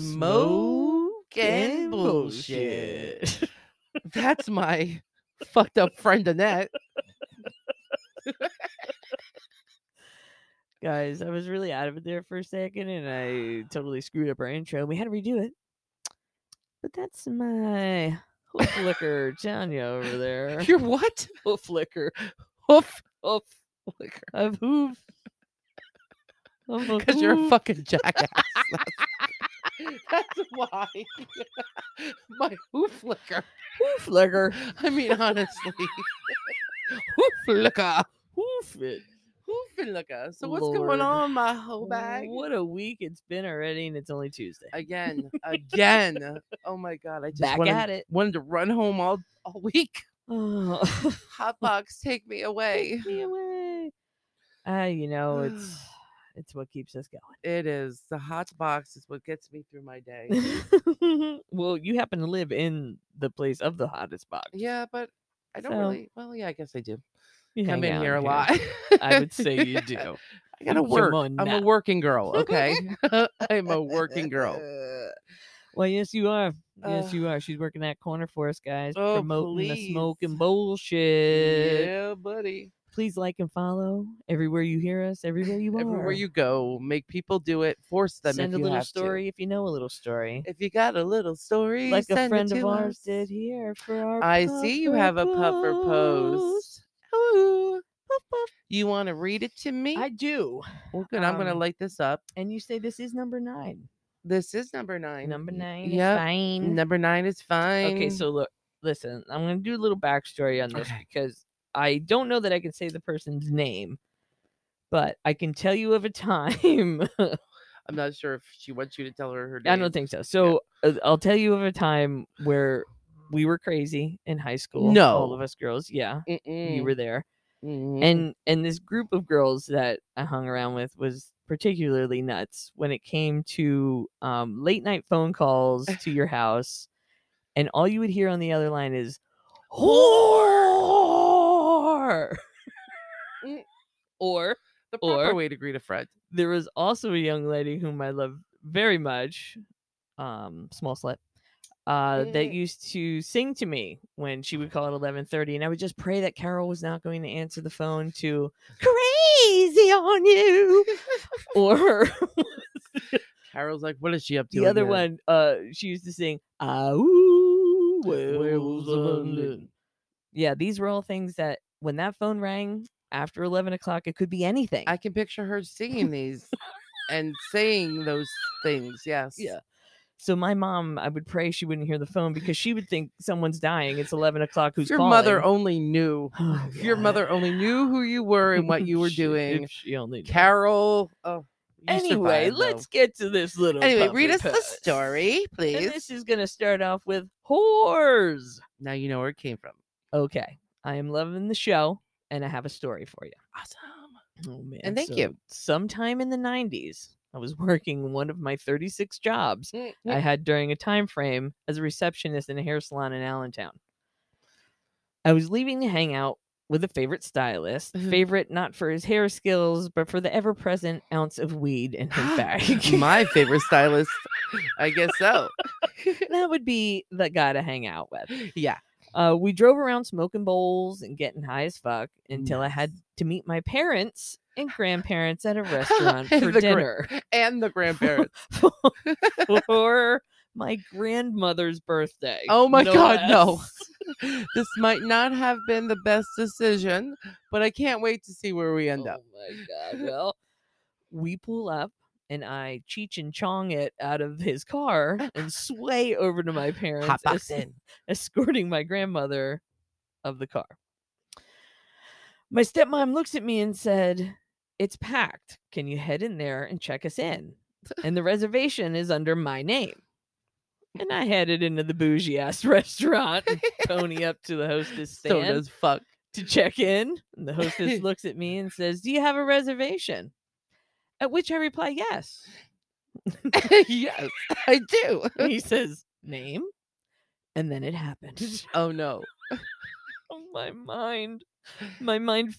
smoke and bullshit. That's my fucked up friend Annette. Guys, I was really out of it there for a second and I totally screwed up our intro and we had to redo it. But that's my hoof flicker Tanya over there. You're what? Hoof flicker. Hoof, hoof, liquor. I've hoof. Because you're a fucking jackass. That's, that's why. my hoof liquor. hoof flicker. I mean, honestly. hoof liquor. Hoof it. Hoof liquor. So what's Lord. going on, my hoe bag? What a week it's been already and it's only Tuesday. Again, again. Oh my god, I just Back wanted, at it. wanted to run home all, all week. Oh. Hot box, take me away. Take me away. Ah, you know, it's it's what keeps us It is the hot box is what gets me through my day. going. well, you happen to live in the place of the hottest box. Yeah, but I don't So- really. Well, yeah, I guess I do. You Come hang in out here a lot. I would say you do. I gotta Come work. on I'm a now. working girl. Okay, I'm a working girl. Well, yes, you are. Uh, Yes, you are. She's working that corner for us, guys. oh, promoting the smoke please. and bullshit. Yeah, buddy. Please like and follow everywhere you hear us, everywhere you are. Everywhere you go, make people do it. Force them. send if a you little have to. story if you know a little story. If you got a little story, like a send it friend of to us. ours did here for our. I see you puffer have a puffer post. Ooh. Puff, puff. You want to read it to me? I do. well, good. I'm gonna um, light this up. And you say this is number nine. This is number nine. Number nine. Yep. Is fine. Number nine is fine. Okay, so look, listen. I'm gonna do a little backstory on this Okay. because I don't know that I can say the person's name, but I can tell you of a time. I'm not sure if she wants you to tell her her name. I don't think so. So uh, I'll tell you of a time where we were crazy in high school. all of No. Mm. us girls. Yeah, Mm-mm. you were there. Mm-mm. and and this group of girls that i hung around with was particularly nuts when it came to um, late night phone calls to your house and all you would hear on the other line is whore Mm. or the proper or- way to greet a friend. there was also a young lady whom i love very much um small slut uh, that Mm. used to sing to me when she would call at 11:30 and I would just pray that Carol was not going to answer the phone to crazy on you or Carol's like, what is she up to? the other again?" one uh she used to sing ah ooh, Werewolves werewolves of of London. London." yeah these were all things that when that phone rang after 11 o'clock it could be anything I can picture her singing these and saying those things. Yes. Yeah. So my mom, I would pray she wouldn't hear the phone because she would think someone's dying. It's eleven o'clock. If Who's your calling? mother only knew. Oh, If your God. mother only knew who you were and what you were She- doing. if She only knew. Carol. Oh. you Anyway, survived, let's though. get to this little. Anyway, read us puffy the puss. story, And please. this is gonna start off with whores. now you know where it came from. Okay, I am loving the show, and I have a story for you. Awesome. Oh man! thank so you. Sometime in the '90s, I was working one of my 36 jobs I Mm, had during a time frame as a receptionist in a hair salon in Allentown. I was leaving to hang out with a favorite stylist, Mhm. favorite not for his hair skills, but for the ever present ounce of weed in his bag. My favorite stylist. I guess so. that would be the guy to hang out with. Yeah. Uh, we drove around smoking bowls and getting high as fuck until I had to meet my parents and grandparents at a restaurant And for the gra- dinner And the grandparents. for my grandmother's birthday. Oh my God, no. less. this might not have been the best decision, but I can't wait to see where we end up. Oh my god! Well, we pull up and I cheech and chong it out of his car and sway over to my parents, Hot es- box in. escorting my grandmother of the car. My stepmom looks at me and said, "It's packed. Can you head in there and check us in?" And the reservation is under my name. And I headed into the bougie ass restaurant, and pony up to the hostess So stand does fuck. to check in. And the hostess looks at me and says, Do you have a reservation? At which I reply, Yes. yes, I do. And he says, Name? And then it happened. Oh no. Oh, my mind. My mind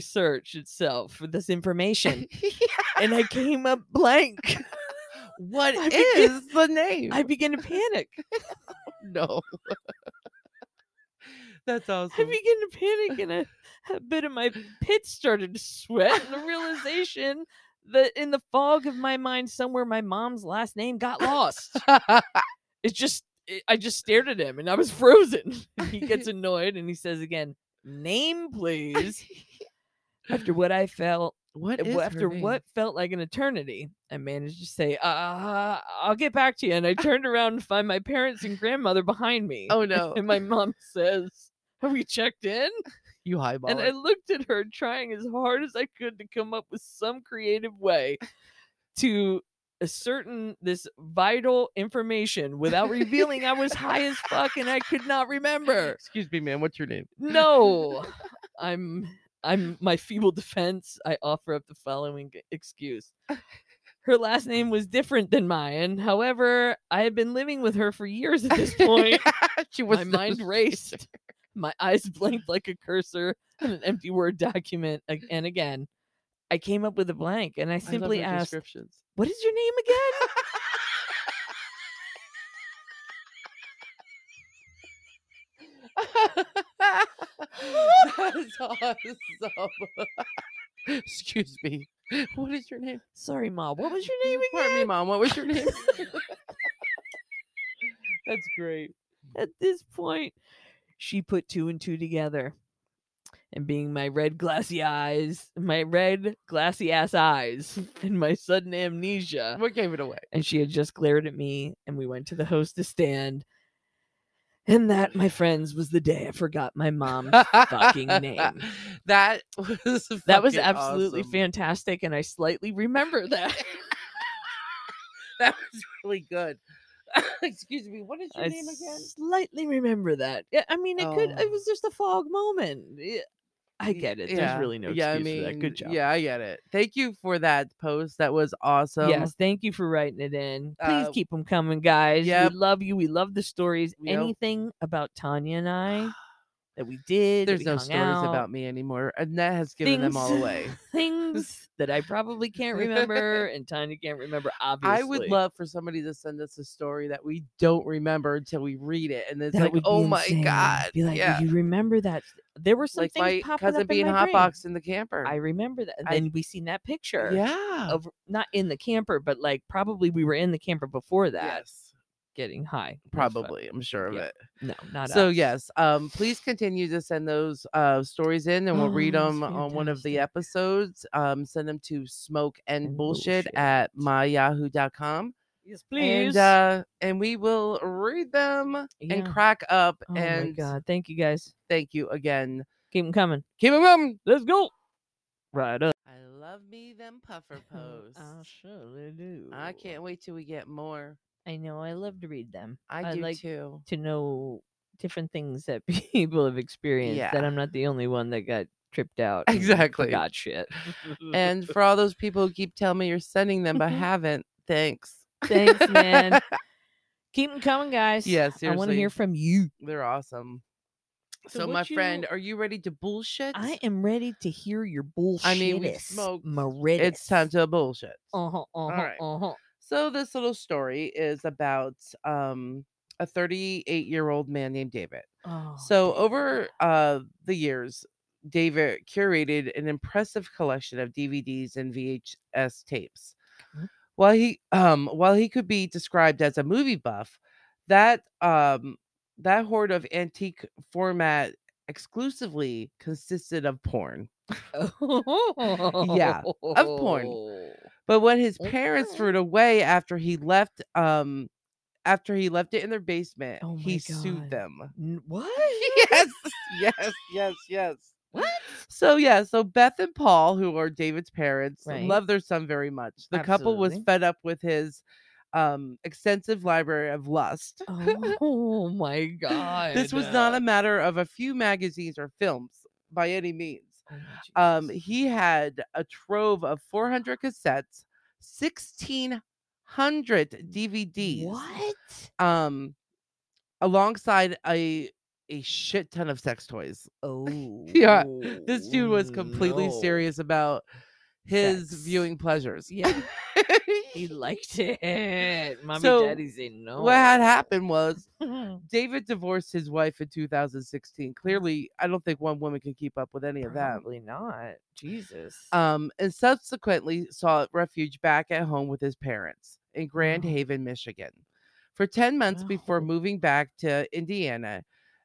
searched itself for this information. and I came up blank. What I begin- is the name? I begin to panic. no. That's awesome. I began to panic and a, a bit of my pits started to sweat and the realization that in the fog of my mind somewhere my mom's last name got lost. It just it, I just stared at him and I was frozen. And he gets annoyed and he says again, "Name please." After what I felt what and is wh- her after name? what felt like an eternity, I managed to say, uh, I'll get back to you. And I turned around and find my parents and grandmother behind me. Oh no. And my mom says, Have we checked in? you highball. And I looked at her, trying as hard as I could to come up with some creative way to ascertain this vital information without revealing I was high as fuck and I could not remember. Excuse me, ma'am. What's your name? No, I'm I'm my feeble defense. I offer up the following g- excuse. Her last name was different than mine. However, I had been living with her for years at this point she was my mind raced. My eyes blinked like a cursor on an empty Word document. ag- And again, I came up with a blank and I simply asked, descriptions. What is your name again? That's awesome. Excuse me. What is your name? Sorry, Ma, what was your name again? Pardon me, mom. What was your name? That's great. At this point, she put two and two together. And being my red glassy eyes, my red glassy ass eyes, and my sudden amnesia, What gave it away? and she had just glared at me and we went to the hostess stand and that my friends was the day i forgot my mom fucking name. That was that was fucking absolutely awesome. fantastic and i slightly remember that That was really good. Excuse me. What is your i name again? slightly remember that Yeah, i mean it could Oh. it was just a fog moment Yeah, i Y- get it there's yeah, really no excuse yeah, I for that mean, good job Yeah, I get it. Thank you for that post. That was awesome. yes, thank you for writing it in. Please Uh, keep them coming, guys. yep. We love you. We love the stories. Yep. Anything about Tanya and I that we did? that There's we no hung stories out, about me anymore. And that has given them all things- away. Things that I probably can't remember and Tanya can't remember, obviously. I would love for somebody to send us a story that we don't remember until we read it. And it's that. like, would be oh my insane. God. Be like, yeah. "Do you remember that? There were some Like my things popping cousin up being in my brain. hotboxed in the camper. I remember that. And I- then we seen that picture. Yeah. Of not in the camper, but like probably we were in the camper before that, Yes. getting high. as fuck. Probably. I'm sure of Yeah. it. No, not so us. yes um please continue to send those uh stories in and we'll read Oh, them that's on one of the fantastic. episodes um send them to smoke and, And bullshit, bullshit. at myyahoo.com Yes, and uh and we will read them and Yeah. crack up oh my and god! Thank you guys. thank you again Keep them coming. keep 'em coming Let's go. Right up. i love me them puffer posts I surely do. i can't wait till we get more I know. I love to read them. i, do like too to know different things that people have experienced. That Yeah. I'm not the only one that got tripped out. Exactly. Got shit. and for all those people who keep telling me you're sending them but haven't thanks thanks, man. Keep them coming, guys. yeah I seriously want to hear from you. They're awesome. So So, my what you- friend, are you ready to bullshit? I am ready to hear your bullshit. mean, we smoked. Maritis. It's time to bullshit. Uh huh. Uh huh. right. Uh huh. So this little story is about um a 38 year old man named David. Oh, so David. over uh the years, David curated an impressive collection of DVDs and VHS tapes. Okay. While he um while he could be described as a movie buff, that um that horde of antique format exclusively consisted of porn. yeah, of porn. But when his parents Okay. threw it away after he left, um, after he left it in their basement, Oh my he sued God. them. What? yes, yes, yes, yes. What? So yeah, so Beth and Paul, who are David's parents, Right. love their son very much. The couple was Absolutely. fed up with his um extensive library of lust. Oh my god. This was not a matter of a few magazines or films by any means. Oh my Um, Jesus. he had a trove of 400 cassettes, 1,600 DVDs, What? um, alongside a a shit ton of sex toys. Oh. Oh, This dude was completely no. serious about his Sex. viewing pleasures. Yeah. He liked it. Mommy So, daddy say no. what had happened was David divorced his wife in 2016. Clearly, I don't think one woman can keep up with any of that. Probably not. Jesus. Um, and subsequently sought refuge back at home with his parents in Grand Wow. Haven, Michigan. For 10 months before Wow. moving back to Indiana,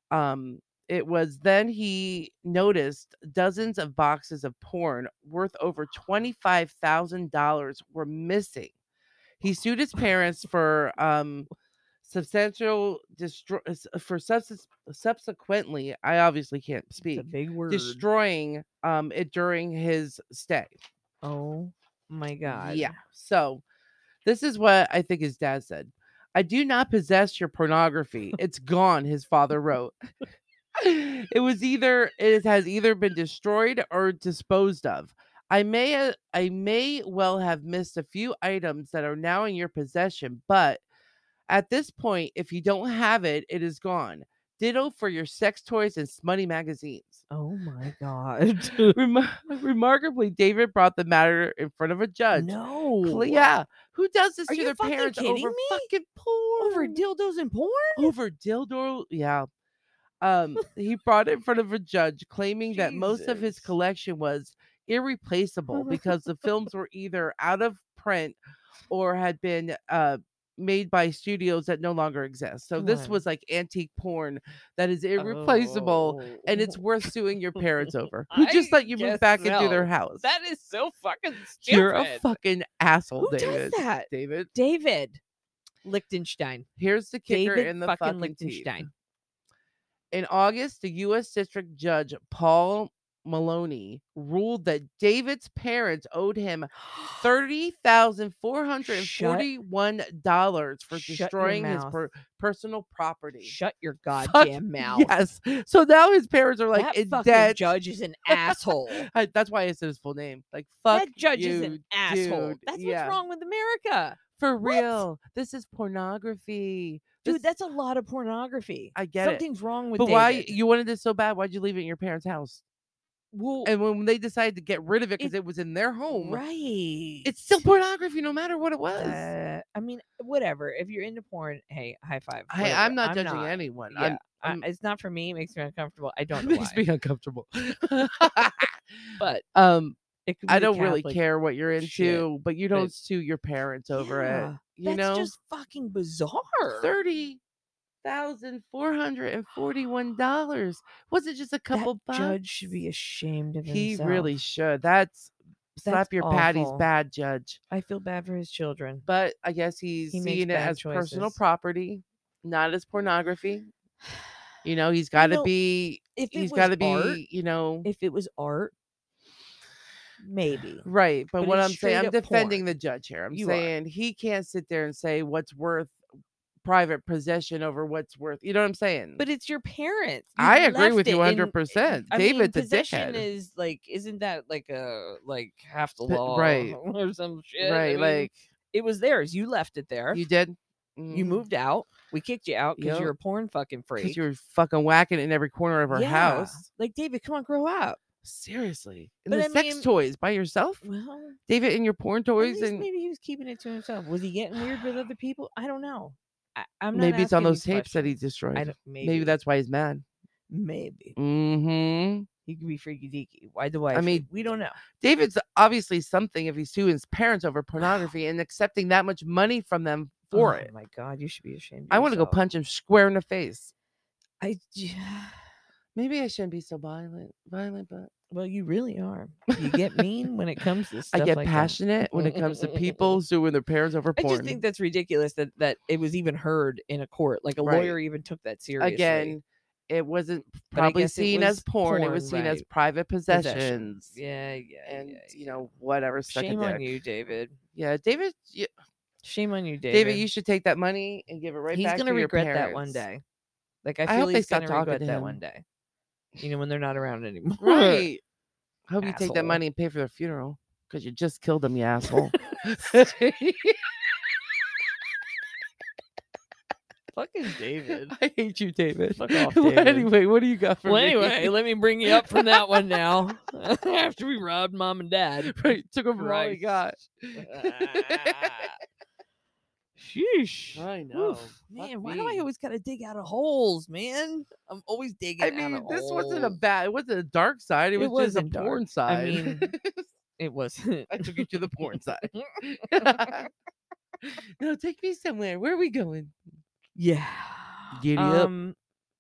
um, it was then he noticed dozens of boxes of porn worth over $25,000 were missing. He sued his parents for um, substantial destroy for subs- subsequently. I obviously can't it's speak a big word. destroying um it during his stay. oh my god. Yeah. So this is what I think his dad said. I do not possess your pornography. It's gone, his father wrote. it was either it has either been destroyed or disposed of. I may uh, I may well have missed a few items that are now in your possession, but at this point, if you don't have it, it is gone. Ditto for your sex toys and smutty magazines. Oh my god. Remar- remarkably, David brought the matter in front of a judge. no. Cl- Yeah, who does this Are to you their fucking parents kidding over me? fucking porn? Over dildos and porn? over dildo. Yeah. Um, he brought it in front of a judge, claiming that most of his Jesus. collection was irreplaceable because the films were either out of print or had been uh made by studios that no longer exist. So this Right. was like antique porn that is irreplaceable Oh. and it's worth suing your parents over. Who just I let you move guess back into their so. house? that is so fucking stupid. You're a fucking asshole, Who does David. that? David, David Lichtenstein. here's the kicker David in the fucking, fucking, teeth. Lichtenstein. In August, the U.S. District Judge Paul Maloney ruled that David's parents owed him thirty thousand four hundred forty-one dollars for shut your destroying his mouth. per- personal property. Shut your goddamn mouth. Yes. So now his parents are like that in fucking debt. judge is an asshole. I- that's why I said his full name. Like fuck that judge you, is an asshole. dude. That's Yeah. what's wrong with America. For What? real. This is pornography. Dude, This- that's a lot of pornography. I get it. Something's wrong with But why David. you wanted this so bad? Why'd you leave it in your parents' house? well, And when they decided to get rid of it because Oh. It- it, was in their home, right. it's still pornography no matter what it was. Uh, I mean, whatever. If you're into porn, hey, high five. I, whatever. I'm not judging anyone. Yeah, I- I'm- it's not for me. It makes me uncomfortable. I i don't know makes why. me uncomfortable. but um, it could be I the don't really Catholic- care what you're into, shit, but you but- don't sue your parents over Yeah, it. You that's know, just fucking bizarre. thirty thousand four hundred and forty-one dollars. Was it just a couple that bucks? judge should be ashamed of He himself. really should. That's slap That's your patties awful. bad, judge. I feel bad for his children. but I guess he's He makes seeing it bad as personal choices. property, not as pornography. You know, he's got to know, be, If it he's was got to be, art, you know, if it was art, maybe. right. But, but what it's I'm straight saying, I'm up defending porn. the judge here. I'm You are. saying he can't sit there and say what's worth private possession over what's worth. You know what I'm saying? But it's your parents. You I agree left with it you in- 100. percent I mean, David's a possession dickhead. is like, isn't that like a like half the P- law, right. or some shit? I right, mean, like it was theirs. You left it there. you You, did. Mhm. moved out. We kicked you out because Yep. you're a porn fucking freak. you were fucking whacking in every corner of our Yeah. house. Like David, come on, grow up. Seriously, and But the I sex mean- toys by yourself, Well, David, and your porn at toys, least and maybe he was keeping it to himself. Was he getting weird with other people? I don't know. I, I'm not maybe it's on asking those these tapes that he questions. destroyed. I don't, maybe. maybe, that's why he's mad. maybe Mm-hmm. he could be freaky deaky. Why the wife? mean, we don't know. David's obviously something if he's suing his parents over pornography and accepting that much money from them for oh, it. my god, you should be ashamed. I want to go punch him square in the face. I. j- Maybe I shouldn't be so violent, violent, but Well, you really are. You get mean when it comes to stuff. I get like that. passionate when it comes to people suing their parents over I porn. just think that's ridiculous that that it was even heard in a court. Like a Right. lawyer even took that seriously. Again, it wasn't I probably guess it seen as was porn. It porn, was seen as right. private Possession. possessions. Yeah, yeah, And yeah, you know, whatever. suck a Shame on dick. you, David. Yeah, David, y- Shame on you, David. David, you should take that money and give it right he's back gonna to your regret that parents. one day. Like I I feel hope they he's stop gonna talking regret to that him. one day. You know when they're not around anymore. Right. Hope you take that Asshole. money and pay for their funeral because you just killed them, you asshole. Fucking David. I hate you, David. Fuck off, Well, David. anyway, what do you got for Well, me? anyway, let me bring you up from that one now. After we robbed mom and dad. right, took over all we got. Sheesh. I Oof, know. man, Fuck why do I me. always gotta dig out of holes, man? I'm always digging I out mean, of this wasn't a holes. bad. It wasn't a dark side. It, was It just a wasn't dark. porn side. mean, It was. I took you to the porn side. now take me somewhere. Where are we going? yeah. Giddy up. um,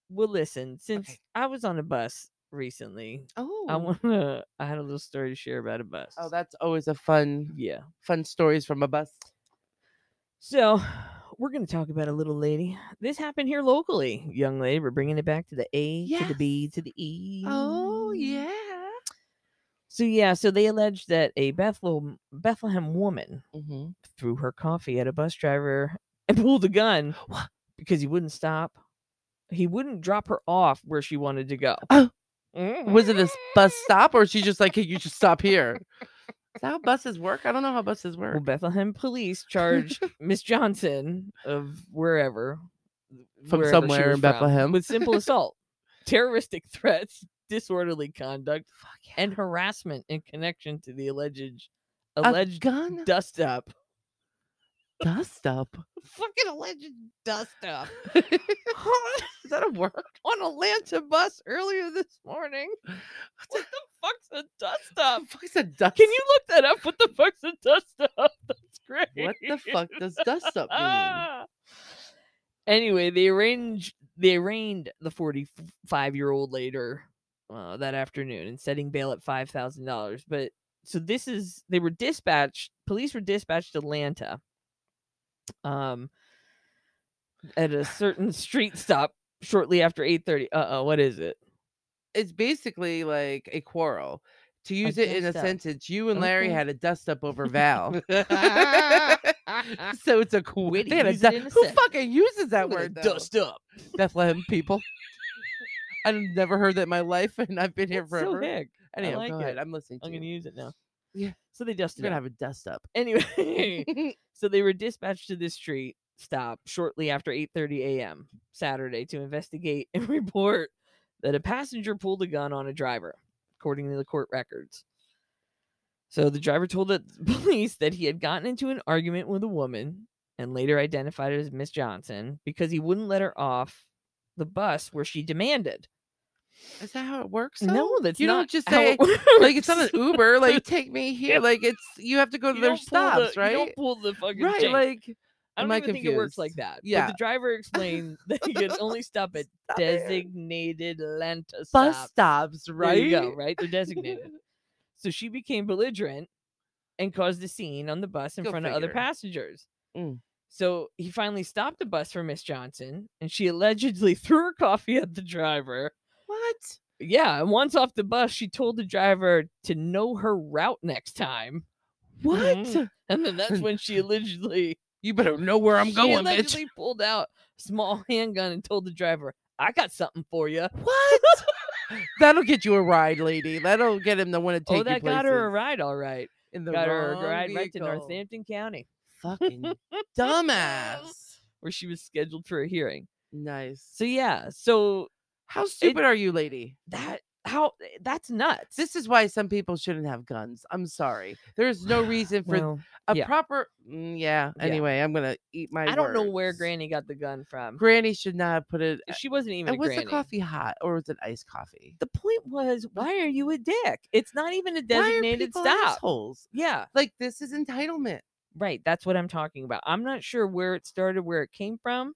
Well, listen, since I was on a bus recently, Oh, I wanna. I had a little story to share about a bus. oh, that's always a fun, yeah. fun stories from a bus. So, we're gonna talk about a little lady. This happened here locally, young lady. We're bringing it back to the A to the Yes. B to the E. Oh yeah. So yeah, so they alleged that a Bethlehem Bethlehem woman Mm-hmm. threw her coffee at a bus driver and pulled a gun because he wouldn't stop. He wouldn't drop her off where she wanted to go. Mm-hmm. Oh. Mhm. Was it a s- bus stop, or is she just like, hey, you should stop here? Is that how buses work? I don't know how buses work. Well, Bethlehem police charged Miss Johnson of wherever From wherever she somewhere was in Bethlehem. with simple assault, terroristic threats, disorderly conduct, and harassment in connection to the alleged alleged gun dust up. dust up. Fucking alleged dust up. Is that a word? on Atlanta bus earlier this morning. What the fuck's a dust up? What the fuck is a dust? Can you look that up? What the fuck's a dust up? That's great. What the fuck does dust up mean? Ah. Anyway, they arranged they arraigned the 45 year old later uh, that afternoon and setting bail at five thousand dollars. But so this is they were dispatched. Police were dispatched to Atlanta. Um, at a certain street stop shortly after eight thirty. Uh oh, what is it? It's basically like a quarrel. To use it in a dust up. sentence, you and Larry Okay. had a dust up over Val. so it's a cool. Way to They had a use it du- in a Who sentence. fucking uses that I'm gonna word? though? dust up. Bethlehem people. I've never heard that in my life, and I've been here It's so forever. big. I Anyhow, like go ahead. it. I'm listening to I'm you. gonna use it now. Yeah. So they dusted You're gonna up. have a dust up. anyway. So they were dispatched to this street stop shortly after 8:30 a.m. Saturday to investigate and report that a passenger pulled a gun on a driver, according to the court records. So the driver told the police that he had gotten into an argument with a woman and later identified as Miss Johnson because he wouldn't let her off the bus where she demanded. Is that how it works? though? no, that's you not don't just how say it like it's not works. an Uber. Like take me here. Like it's you have to go to You their don't pull the- stops, right? You don't pull the fucking right, chain. like I Am don't I even think it works like confused? that. But Yeah. the driver explained that he could only stop at stop it. designated Atlanta bus stops. stops, There right? you go, right? They're designated. so she became belligerent and caused a scene on the bus in Go front of other figure. passengers. Mm. So he finally stopped the bus for Miss Johnson, and she allegedly threw her coffee at the driver. What? Yeah, and once off the bus, she told the driver to know her route next time. What? Mhm. And then that's when she allegedly You better know where I'm she going, bitch. allegedly pulled out a small handgun and told the driver, "I got something for you." What? That'll get you a ride, lady. That'll get him to want to take oh, that you places. got her a ride, all right. In the Got her a wrong ride right to vehicle. Northampton County, Fucking dumbass. where she was scheduled for a hearing. Nice. So yeah, so How stupid are you, lady? that how that's nuts. This is why some people shouldn't have guns. I'm sorry. There's no reason for Well, a yeah. proper. Mm, yeah. Yeah. Anyway, I'm gonna eat my. I don't know where words. Granny got the gun from. Granny should not have put it. she wasn't even. a And was the granny. coffee hot or was it iced coffee? The point was, why are you a dick? It's not even a Why are designated people stop. Assholes? Yeah, Like this is entitlement. right. That's what I'm talking about. I'm not sure where it started, where it came from.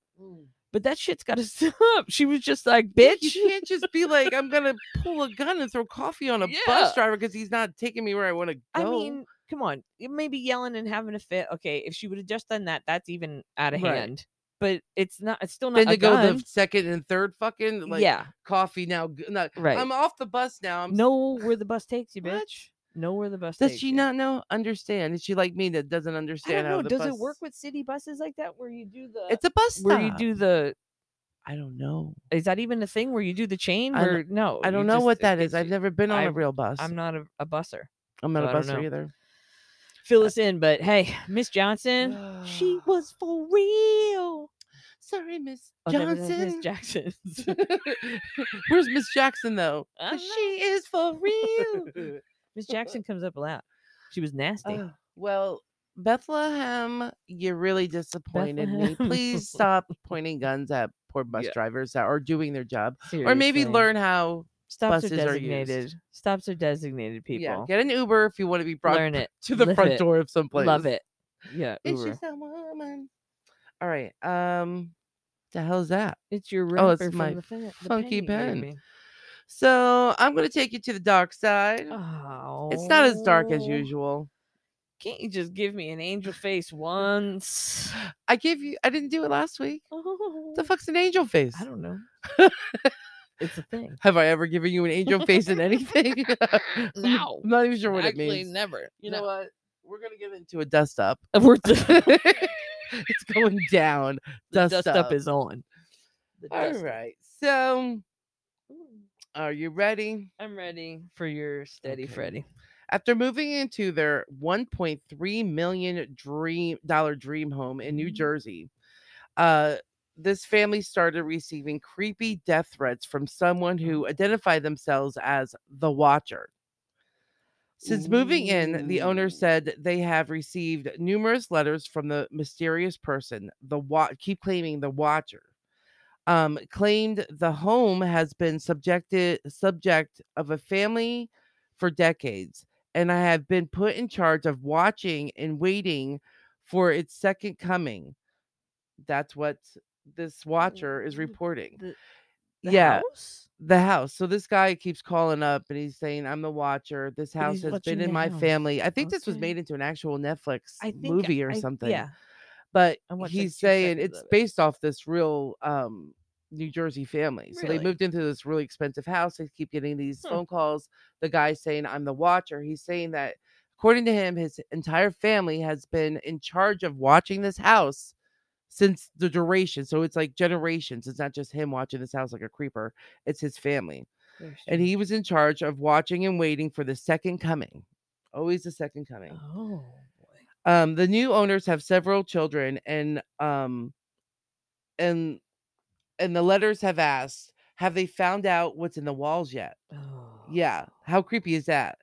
but that shit's got to stop. She was just like, Bitch, bitch. you can't just be like, I'm gonna pull a gun and throw coffee on a Yeah. bus driver because he's not taking me where I want to go. I mean, come on. It may be yelling and having a fit. Okay, if she would have just done that, that's even out of Right. hand. But it's not. It's still not then a to go gun. the second and third fucking like yeah, coffee now. g- Not, right. I'm off the bus now. I'm know where the bus takes you, bitch. What? Know where the bus Does takes she you. not know? Understand? Is she like me that doesn't I don't understand how know. the Does bus? it work with city buses like that, where you do the It's a bus stop. where you do the? I don't know. Is that even a thing where you do the chain? I don't- Where no, I you don't know just- what it that gets is. I've you- never been on a I've- real bus. I'm I'm, not a, a busser. not so I a don't busser know. either. Fill us in, but hey, Miss Johnson, she was for real. Sorry, Miss Oh, no, no, no, Johnson. Miss Jackson's. Where's Miss Jackson though? I 'Cause dunno. she is for real. Miss Jackson comes up a lot. She was nasty. Ugh, well, Bethlehem, you really disappointed me. Bethlehem. Please stop pointing guns at poor bus Yeah. drivers that are doing their job, or maybe Seriously. learn how. stops are buses are used. designated. Stops are designated people. Yeah, get an Uber if you want to be brought Learn it to the Live front it. door of some place. Love it. Yeah, It's Uber. just a woman. All right. Um, the hell's that? It's your rapper Oh, it's from my the, fin- the funky pen. pen. So I'm gonna take you to the dark side. Oh, It's not as dark as usual. Can't you just give me an angel face once? I gave you. I didn't do it last week. Oh, The fuck's an angel face? I don't know. it's a thing. Have I ever given you an angel face in anything? No. I'm not even sure what it Actually, means. never. You know what? We're gonna get into a dust up. We're it's going down. the Dust, dust up. up is on. The All dust up. right. So, Ooh, are you ready? I'm ready for your steady Okay. Freddy. After moving into their 1.3 million dream dollar dream home in New Mhm. Jersey, uh, this family started receiving creepy death threats from someone who identified themselves as the Watcher. Since moving in, the owner Ooh. said they have received numerous letters from the mysterious person, the Watch. Keep claiming the Watcher. Um, claimed the home has been subjected subject of a family for decades, and I have been put in charge of watching and waiting for its second coming. That's what this watcher is the- reporting. Mm, The, Yeah. house? The house. So this guy keeps calling up and he's saying, I'm the watcher. This house he's has watching been in the my house. family. I think this was Okay. made into an actual Netflix I think movie or I- something. Yeah. But I watched, like, he's two saying seconds it's of it. based off this real um New Jersey family. So they Really? Hmm. moved into this really expensive house. They keep getting these Huh. phone calls. The guy saying, I'm the watcher. He's saying that according to him, his entire family has been in charge of watching this house since the duration. So it's like generations. It's not just him watching this house like a creeper. It's his family. And he was in charge of watching and waiting for the second coming. Always the second coming. Oh boy. Um, the new owners have several children, and um, and and the letters have asked, have they found out what's in the walls yet? Oh. Yeah, how creepy is that?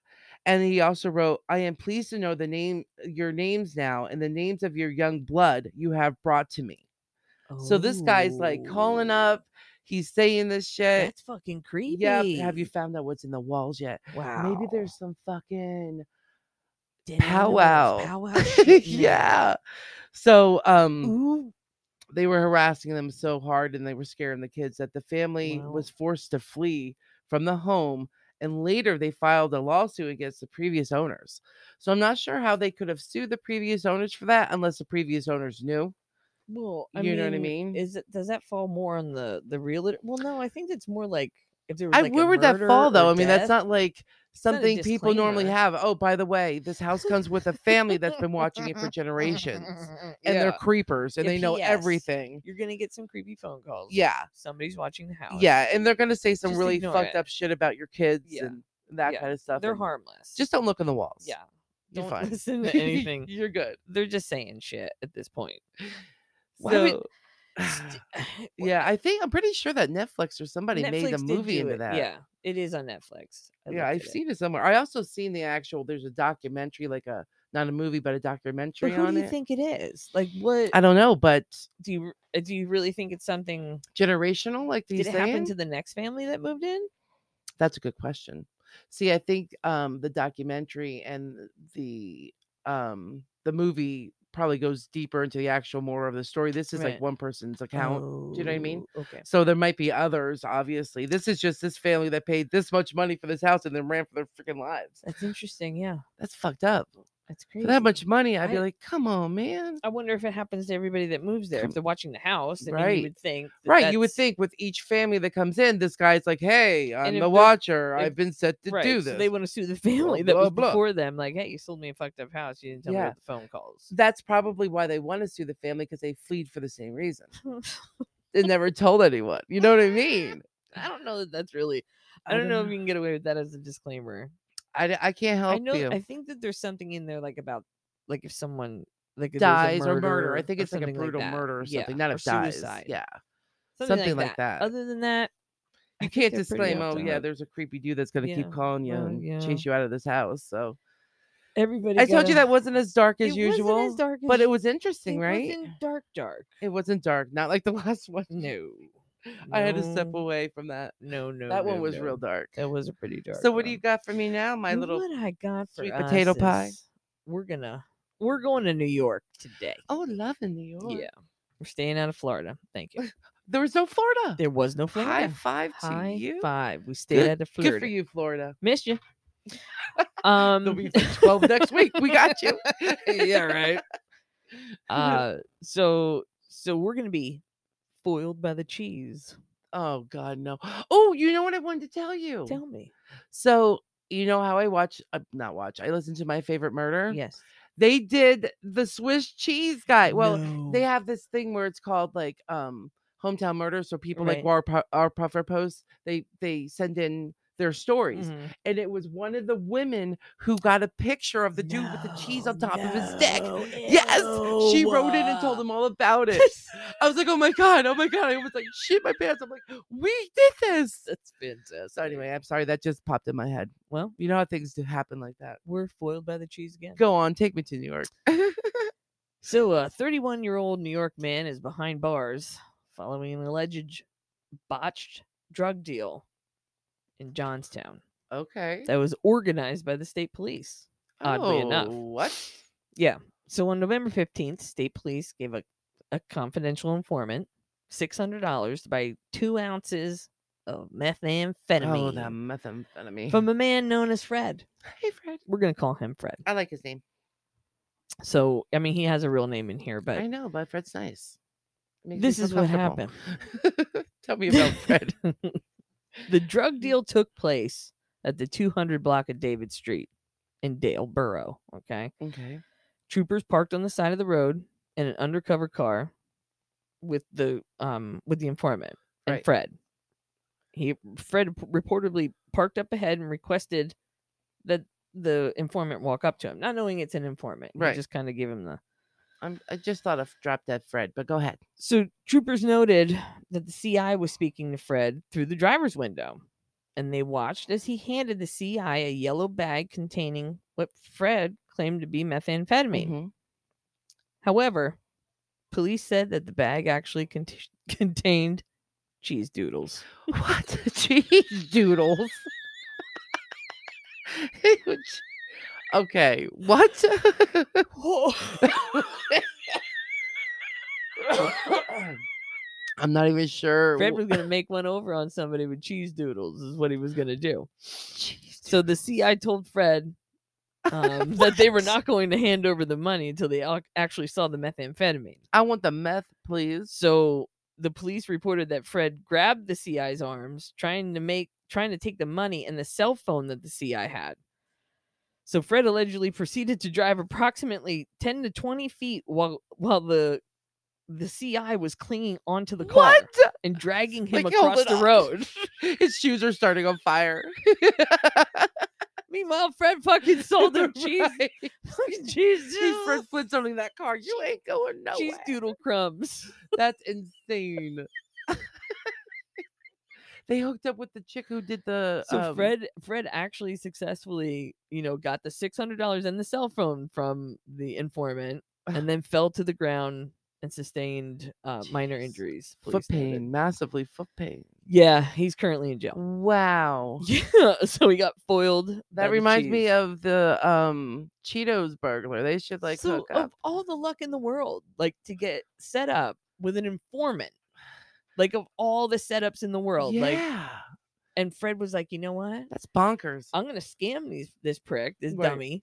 And he also wrote, I am pleased to know the name, your names now, and the names of your young blood you have brought to me. So this guy's like calling Oh, up. He's saying this shit. That's fucking creepy. Yeah, have you found out what's in the walls yet? Wow. Maybe there's some fucking Damn, there's powwow. powwow shit in there. yeah. So um Ooh. they were harassing them so hard and they were scaring the kids that the family Wow. was forced to flee from the home and later they filed a lawsuit against the previous owners so i'm not sure how they could have sued the previous owners for that unless the previous owners knew Well, I You mean, know what I mean? Is it does that fall more on the the realtor? Well, no, I think it's more like if there was I, like where a would that murder fall though or i mean that's death- not like not a something people normally disclaimer. have oh by the way this house comes with a family that's been watching it for generations and Yeah. they're creepers and Yeah, they know PS. everything you're gonna get some creepy phone calls. yeah somebody's watching the house. yeah and they're gonna say some Just really ignore fucked it. up shit about your kids Yeah. and that Yeah. kind of stuff they're and- harmless. Just don't look in the walls. yeah. you're don't fine. listen to anything. you're good. They're just saying shit at this point. Why would- So, St- Wha- yeah, I think I'm pretty sure that Netflix or somebody made a Netflix did movie do into it. that. Yeah, it is on Netflix. I yeah, looked I've at it. seen it somewhere. I also seen the actual. There's a documentary, like a not a movie, but a But documentary who on do you it. think it is? Like, what I don't know, but do you uh, do? You really think it's something? generational, like do you Did it happen saying? to the next family that moved in? That's a good question. See, I think um the documentary and the um the movie probably goes deeper into the actual more of the story. This is Right. like one person's account. you know what I mean? Oh, Okay. So there might be others, obviously. This is just this family that paid this much money for this house and then ran for their freaking lives. That's interesting. Yeah, That's fucked up. that's For crazy. that much money, I'd be I- like, come on, man. I wonder if it happens to everybody that moves there. If Come- they're watching the house, I mean, Right. you would think. that Right. You would that's- think with each family that comes in, this guy's like, hey, I'm if the they're- watcher. if- I've been set to right, do so this. they want to sue the family that blah, was blah. before them. Like, hey, you sold me a fucked up house. You didn't tell me Yeah. Mm. about the phone calls. That's probably why they want to sue the family because they fled for the same reason. They never told anyone. You know what I mean? I don't know that that's really. I don't know if you can get away with that as a disclaimer. I, d- I can't help I know. you. I think that there's something in there like about like if someone like there's a dies or murder. I think or it's like a something brutal that. murder or Yeah, something. Not or if dies. suicide. Yeah. something like that. Other than that, I You think can't they're pretty disclaim, up oh to yeah, it. there's a creepy dude that's gonna Yeah. keep calling you Oh, and yeah. chase you out of this house. So everybody. I told gotta- you that wasn't as dark as It wasn't usual. as dark but as- it was interesting, it right? wasn't dark, dark. It wasn't dark, not like the last one. No, I had to step No, away from that. No, no, that one no, was no. real dark. That was a pretty dark. So what do one. you got for me now, my And little what I got for sweet potato us pie? is We're gonna we're going to New York today. Oh love in New York. Yeah, we're staying out of Florida. Thank you. There was no Florida. There was no Florida. High five to High you. five. We stayed out of Florida. Good for you, Florida. Missed you. Um, There'll be like 12 next week. We got you. yeah, right. Uh, so so we're gonna be foiled by the cheese. Oh God, no. Oh, you know what I wanted to tell you. Tell me. So you know how I watch? Uh, not watch. I listen to my favorite murder. Yes. They did the Swiss cheese guy. Well, they No. have this thing where it's called like um hometown murder. So people like Right. our pu- our puffer posts. They they send in their stories, Mhm. and it was one of the women who got a picture of the dude with the cheese on No, top of his dick. no, Yes, she wrote it and told ew. them all about it. I was like, oh my god, oh my god. I was like, shit my pants. I'm like, we did this. That's fantastic. So anyway, I'm sorry that just popped in my head. well, You know how things do happen like that. we're foiled by the cheese again. Go on, take me to New York. So, a 31 year old New York man is behind bars following an alleged botched drug deal in Johnstown okay. that was organized by the state police. oddly enough. Oh, What? So, on November 15th, state police gave a, a confidential informant $600 to buy two ounces of methamphetamine Oh, that methamphetamine. from a man known as Fred. hey, Fred. We're going to call him Fred. I like his name. So, I mean, he has a real name in here, I but know, but Fred's nice. Makes me this feel is what comfortable. happened. Tell me about Fred. The drug deal took place at the 200 block of David Street in Dale Borough. Okay. okay. Troopers parked on the side of the road in an undercover car with the um with the informant and Right. Fred. He Fred p- reportedly parked up ahead and requested that the informant walk up to him, not knowing it's an informant. He Right. just kind of give him the I'm, I just thought of drop dead Fred, but go ahead. So troopers noted that the CI was speaking to Fred through the driver's window, and they watched as he handed the CI a yellow bag containing what Fred claimed to be methamphetamine. Mhm. However, police said that the bag actually cont- contained cheese doodles. What? Cheese doodles. Huge. okay. What? I'm not even sure. Fred wh- was going to make one over on somebody with cheese doodles, is what he was going to do. Cheese So the CI told Fred um, that they were not going to hand over the money until they ac- actually saw the methamphetamine. I want the meth, please. So the police reported that Fred grabbed the CI's arms, trying to make trying to take the money and the cell phone that the CI had. So Fred allegedly proceeded to drive approximately 10 to 20 feet while while the the CI was clinging onto the car What? and dragging him Like, hold across it the up. road. His shoes are starting on fire. Meanwhile, Fred fucking sold him cheese, Right. fucking cheese He's Fred doodle, Flintstone in that car. You ain't going nowhere. cheese doodle crumbs. That's insane. they hooked up with the chick who did the. So um, Fred Fred actually successfully, you know, got the six hundred dollars and the cell phone from the informant, and then fell to the ground and sustained uh, minor Jeez. injuries. foot police noted. pain, massively foot pain. Yeah, he's currently in jail. Wow. Yeah, so he got foiled. by That the reminds me cheese. of the um Cheetos burglar. They should like so hook up. of all the luck in the world, like to get set up with an informant, like of all the setups in the world, yeah, like and Fred was like, you know what? that's bonkers. I'm gonna scam these this prick, this Right. dummy,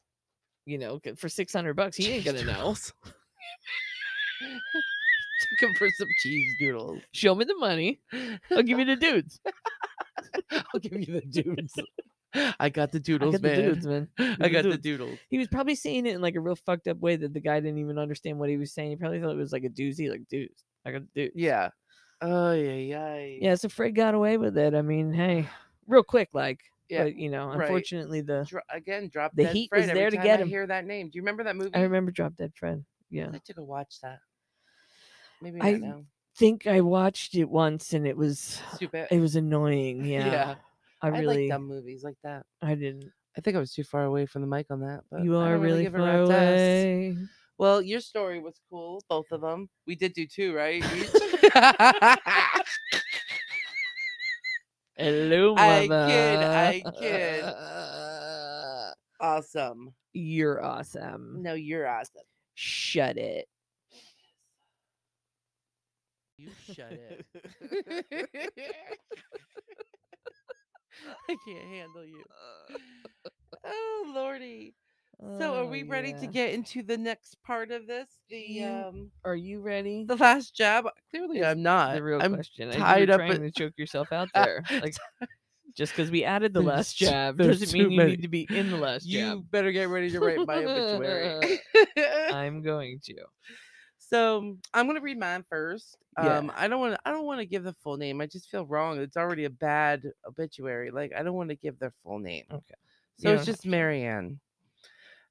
you know, c- for six hundred bucks. He ain't gonna know. Took him for some cheese doodles. Show me the money. I'll give you the dudes. I'll give you the dudes. I got the I doodles, got the man. dudes, man. I the got the dudes. doodles. He was probably saying it in like a real fucked up way that the guy didn't even understand what he was saying. He probably thought it was like a doozy, like dudes. I got the dudes. Yeah. Oh yeah, yeah. Yeah, so Fred got away with it. I mean, hey, real quick, like, Yeah, but you know, right. unfortunately, the Dro- again, drop The Dead heat was Fred every there to time get I him. hear that name. Do you remember that movie? I remember Drop Dead Fred. Yeah. I'd like to go watch that. Maybe I- not now. think I watched it once and it was Stupid. it was annoying. Yeah. I I, really like dumb movies like that. I didn't. I think I was too far away from the mic on that. But You I are don't really give a far rat's ass. away. Well, your story was cool, both of them. We did do two, right? each? Hello, I mother. kid, I kid. kid. awesome. You're awesome. No, you're awesome. Shut it. You shut it. I can't handle you. Oh lordy. So are Oh, we ready to yeah. get into the next part of this? The You- um Are you ready? the last job? Clearly Is I'm not. the real I'm question. I tied think you're up trying to with- choke yourself out there. Like just because we added the There's last too- jab there's doesn't too mean you many. need to be in the last you jab. better get ready to write my obituary. I'm going to. so I'm gonna read mine first. Yeah. Um I don't wanna I don't wanna give the full name. I just feel wrong. It's already a bad obituary. Like I don't want to give their full name. Okay. So You it's don't have just Marianne.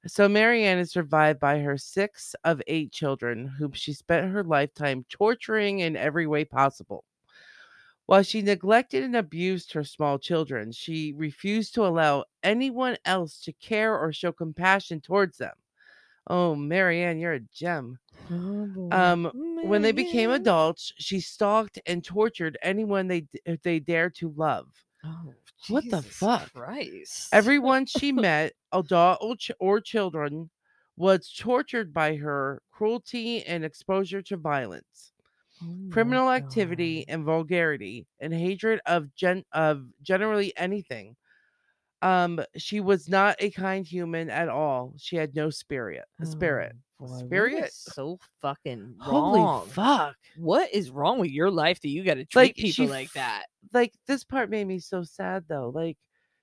So Marianne is survived by her six of eight children, whom she spent her lifetime torturing in every way possible. While she neglected and abused her small children, she refused to allow anyone else to care or show compassion towards them. Oh, Marianne, you're a gem. Oh, Um, When they became Mm-hmm. adults, she stalked and tortured anyone they d- they dared to love. Oh, What the Jesus fuck? Christ. Everyone she met, adult or ch- or children, was tortured by her cruelty and exposure to violence, Oh my criminal activity, God. and vulgarity, and hatred of gen- of generally anything. Um, she was not a kind human at all. She had no spirit. Oh Spirit. boy, what is Spirit? so fucking Oh, wrong. Holy fuck! What is wrong with your life that you got to treat Like, she people f- like that? Like this part made me so sad though. Like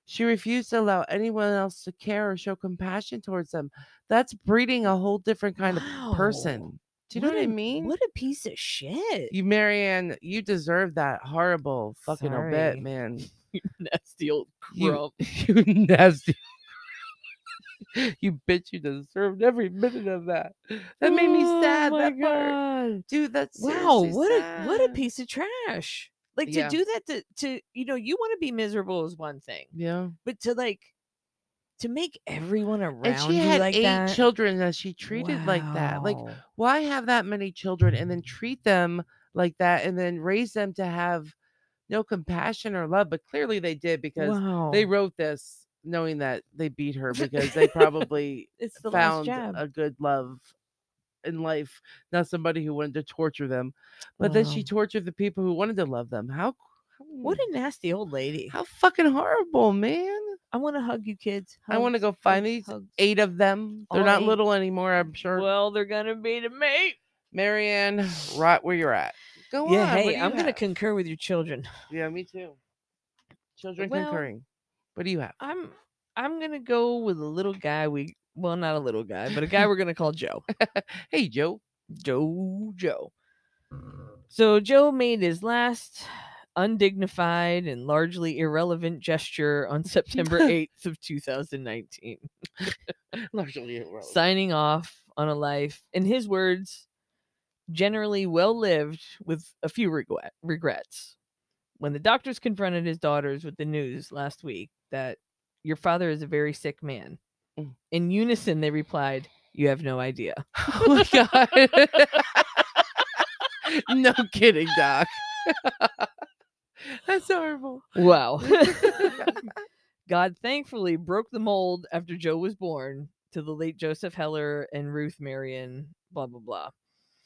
she refused to allow anyone else to care or show compassion towards them. That's breeding a whole different kind Wow. of person. Do you know what a- I mean? What a piece of shit. You, Marianne, you deserve that horrible fucking Sorry. obit, man. You nasty old You- grump. You nasty. you bitch, you deserved every minute of that. That made me sad. Oh my that part. God. Dude, that's Wow, seriously what a what a sad. piece of trash. Like to Yeah. do that to to you know, you want to be miserable is one thing, Yeah. but to like to make everyone around And she you had like eight that children that she treated like that. Like Wow. why have that many children and then treat them like that and then raise them to have no compassion or love but clearly they did because they Wow. wrote this knowing that they beat her because they probably it's the found last job. a good love in life not somebody who wanted to torture them but then she Wow. tortured the people who wanted to love them how What mm, a nasty old lady. how fucking horrible man I want to hug you kids. i want to go find these eight of them they're All not eight. little anymore i'm sure Well, they're gonna be to me. Marianne, right where you're at. Go yeah, on. what hey, do I'm you gonna have? concur with your children. Yeah, me too. Children Well- concurring. What do you have? I'm I'm gonna go with a little guy we well not a little guy, but a guy we're gonna call Joe. Hey, Joe. Joe Joe. So Joe made his last undignified and largely irrelevant gesture on September 8th of 2019, Largely irrelevant. signing off on a life in his words generally well lived with a few regret- regrets. When the doctors confronted his daughters with the news last week that your father is a very sick man, Mm. in unison they replied, "You have no idea." oh my god. no kidding, Doc. That's horrible. Wow. God thankfully broke the mold after Joe was born to the late Joseph Heller and Ruth Marion, blah, blah, blah,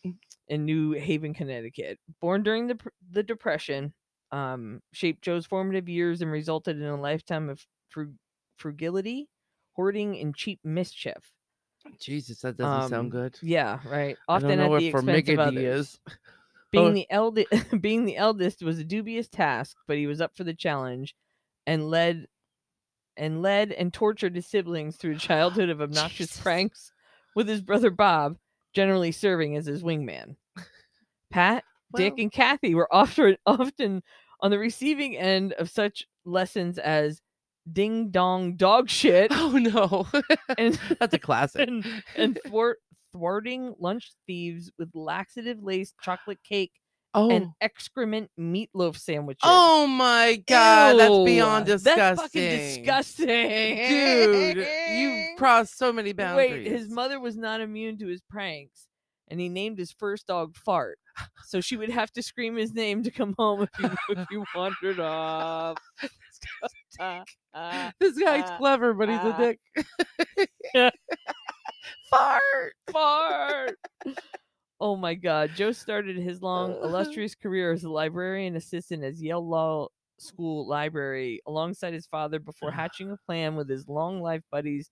Mm. in New Haven, Connecticut. Born during the, pr- the Depression, um, shaped Joe's formative years and resulted in a lifetime of frug- frugality, hoarding, and cheap mischief. Jesus, that doesn't Um, sound good. Yeah, right. I don't Often know at the what expense of formigity others. is. Being Oh. the eldest, being the eldest was a dubious task, but he was up for the challenge, and led, and led and tortured his siblings through a childhood of obnoxious Jesus. pranks, with his brother Bob generally serving as his wingman. Pat, Dick, Well, and Kathy were often often on the receiving end of such lessons as "ding dong dog shit" Oh no. and That's a classic. and, and thwart, thwarting lunch thieves with laxative laced chocolate cake Oh. and excrement meatloaf sandwiches. Oh my god, that's beyond Ew, disgusting. That's fucking disgusting. Dude, you've crossed so many boundaries. Wait, his mother was not immune to his pranks, and he named his first dog Fart. So she would have to scream his name to come home if he, if he wandered off. Uh, uh, This guy's uh, clever, but he's a uh. dick. Fart. fart. Oh my God. Joe started his long, illustrious career as a librarian assistant at Yale Law School Library alongside his father before hatching a plan with his long life buddies,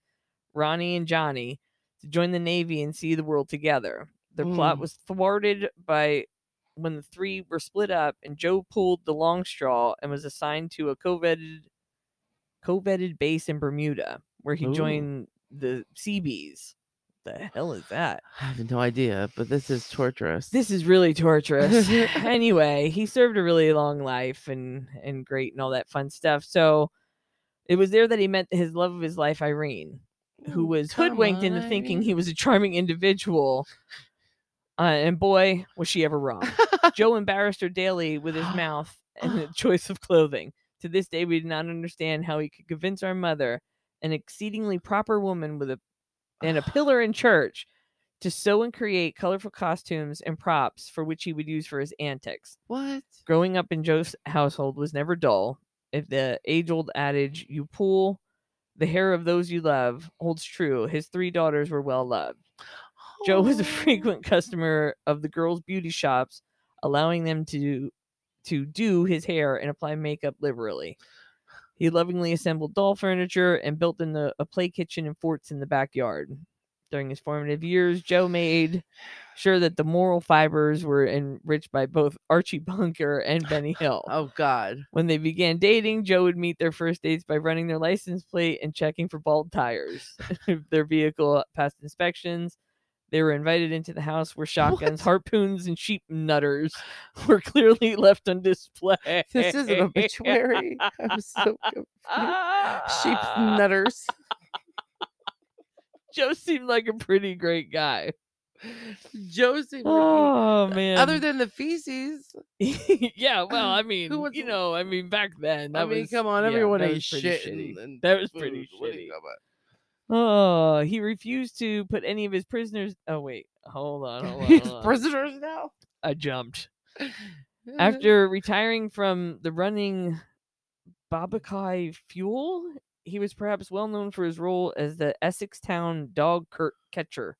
Ronnie and Johnny, to join the Navy and see the world together. Their plot Mm. was thwarted by when the three were split up, and Joe pulled the long straw and was assigned to a coveted coveted base in Bermuda, where he Ooh. joined the Seabees. The hell is that? I have no idea, but this is torturous. This is really torturous. anyway, he served a really long life and and great and all that fun stuff. So it was there that he met his love of his life, Irene, who Ooh, was come hoodwinked on, into thinking Irene. he was a charming individual. Uh, and boy, was she ever wrong. Joe embarrassed her daily with his mouth and the choice of clothing. To this day, we do not understand how he could convince our mother, an exceedingly proper woman with a and a pillar in church, to sew and create colorful costumes and props for which he would use for his antics. What? Growing up in Joe's household was never dull. If the age-old adage "you pull the hair of those you love" holds true, his three daughters were well loved. Joe was a Oh. frequent customer of the girls' beauty shops, allowing them to to do his hair and apply makeup liberally. He lovingly assembled doll furniture and built in the, a play kitchen and forts in the backyard. During his formative years, Joe made sure that the moral fibers were enriched by both Archie Bunker and Benny Hill. Oh god. When they began dating, Joe would meet their first dates by running their license plate and checking for bald tires. If their vehicle passed inspections. They were invited into the house where shotguns, harpoons, and sheep nutters were clearly left on display. This is an obituary. I'm so confused. Ah. Sheep nutters. Joe seemed like a pretty great guy. Josie. Oh man! Other than the feces, yeah, well, I mean, wants- you know, I mean, back then, that I mean, was- come on, yeah, everyone that ate was pretty shit. shitty. and- and That was pretty food. What do you shitty. know about- Oh, he refused to put any of his prisoners. Oh wait, hold on, hold on. He's hold on. Mm-hmm. prisoners now. I jumped after retiring from the running Babakai Fuel. He was perhaps well known for his role as the Essex Town dog cur- catcher.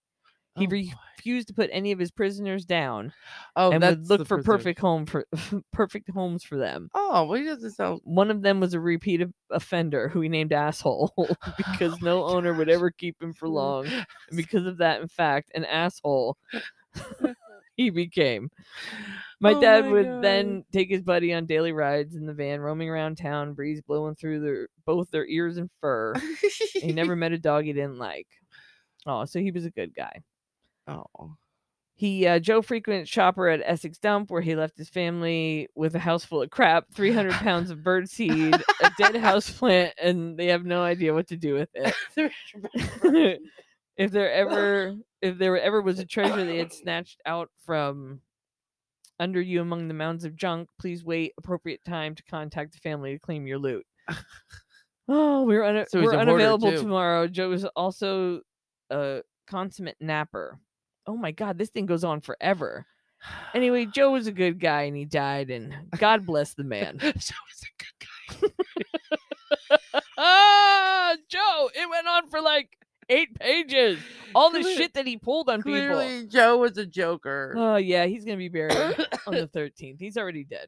He Oh, boy. refused to put any of his prisoners down oh, and would that's look the for prisoners. perfect home for perfect homes for them. Oh, well, he doesn't sound. One of them was a repeat of- offender who he named asshole because Oh no my owner would gosh. ever keep him for long. And because of that, in fact, an asshole he became. My Oh dad my would God. then take his buddy on daily rides in the van, roaming around town, breeze blowing through their both their ears and fur. he never met a dog he didn't like. Oh, so he was a good guy. Oh. He uh, Joe frequent shopper at Essex Dump, where he left his family with a house full of crap, three hundred pounds of bird seed, a dead house plant, and they have no idea what to do with it. if there ever if there ever was a treasure they had snatched out from under you among the mounds of junk, please wait appropriate time to contact the family to claim your loot. oh, we were, una- So he's we're a hoarder, unavailable too. tomorrow. Joe is also a consummate napper. Oh my god, this thing goes on forever. Anyway, Joe was a good guy and he died and God bless the man. Joe is a good guy. ah, Joe, it went on for like 8 pages. All the Cle- shit that he pulled on people. Clearly, Joe was a joker. Oh yeah, he's gonna be buried on the thirteenth. He's already dead.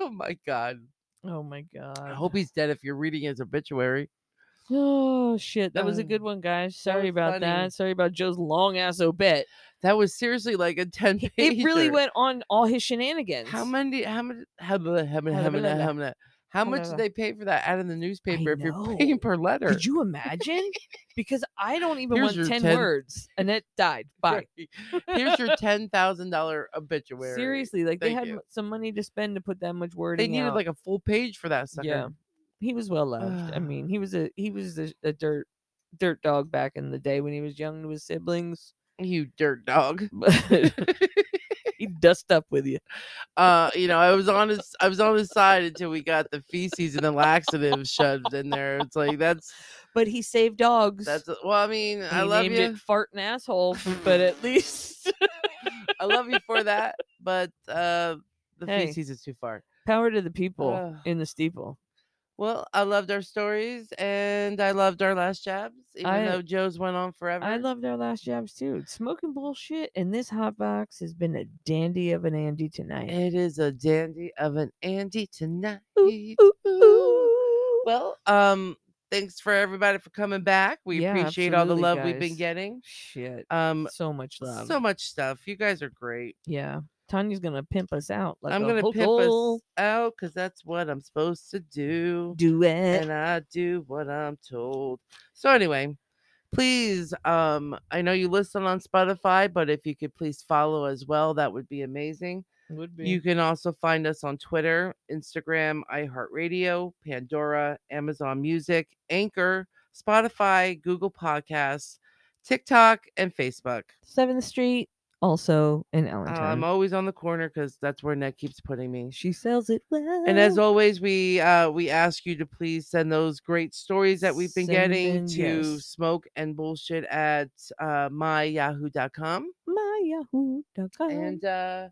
oh my god! Oh my god. I hope he's dead. If you're reading his obituary, Oh shit, that was a Uh, good one, guys. Sorry was about funny. that. Sorry about Joe's long ass obit. that was seriously like a ten. He- It really pager. went on all his shenanigans. How many? How many? How many? How many? How many? How many? How much did Halalala. they pay for that out of the newspaper if you're know. paying per letter? Could you imagine? because I don't even Here's your want ten 10 words. Annette died. Bye. Here's your ten thousand dollar obituary. Seriously, like they Thank had you. m some money to spend to put that much word. they needed like a full page for that sucker. yeah. He was well loved. I Ugh. mean, he was a he was a, a dirt dirt dog back in the day when he was young to his siblings. You dirt dog. But he'd dust up with you. Uh, you know, I was on his I was on his side until we got the feces and the laxative shoved in there. It's like that's But he saved dogs. that's uh, well, I mean, I He love named you. it fart and asshole, but at least I love you for that, but uh the Hey. feces is too far. power to the people Ugh. in the steeple. Well, I loved our stories and I loved our last jabs, even I- though Joe's went on forever. I loved our last jabs too. Smoking bullshit, and this hot box has been a dandy of an Andy tonight. it is a dandy of an Andy tonight. Ooh, Ooh. ooh. Well, um, thanks for everybody for coming back. We Yeah, appreciate all the absolutely, love we've been guys. getting. shit, Um, so much love. so much stuff. You guys are great. yeah, Tanya's gonna pimp us out. Like I'm a gonna pimp vocal us out because that's what I'm supposed to do, duet. and I do what I'm told. So anyway, please, um, I know you listen on Spotify, but if you could please follow as well, that would be amazing. Would You can also find us on Twitter, Instagram, iHeartRadio, Pandora, Amazon Music, Anchor, Spotify, Google Podcasts, TikTok, and Facebook. Seventh Street, also in Uh, Allentown. I'm always on the corner because that's where Ned keeps putting me. she sells it well. And as always, we uh, we ask you to please send those great stories that we've been Send getting in, to yes. smoke and bullshit at uh, myyahoo.com. myyahoo.com. And uh,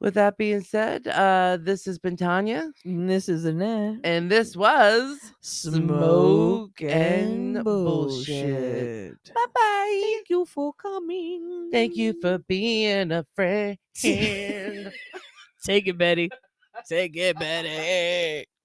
with that being said, uh, this has been Tanya. And this is Annette. And this was Smoke and Bullshit. Bye bye. Thank you for coming. Thank you for being a friend. Take it, Betty. Take it, Betty.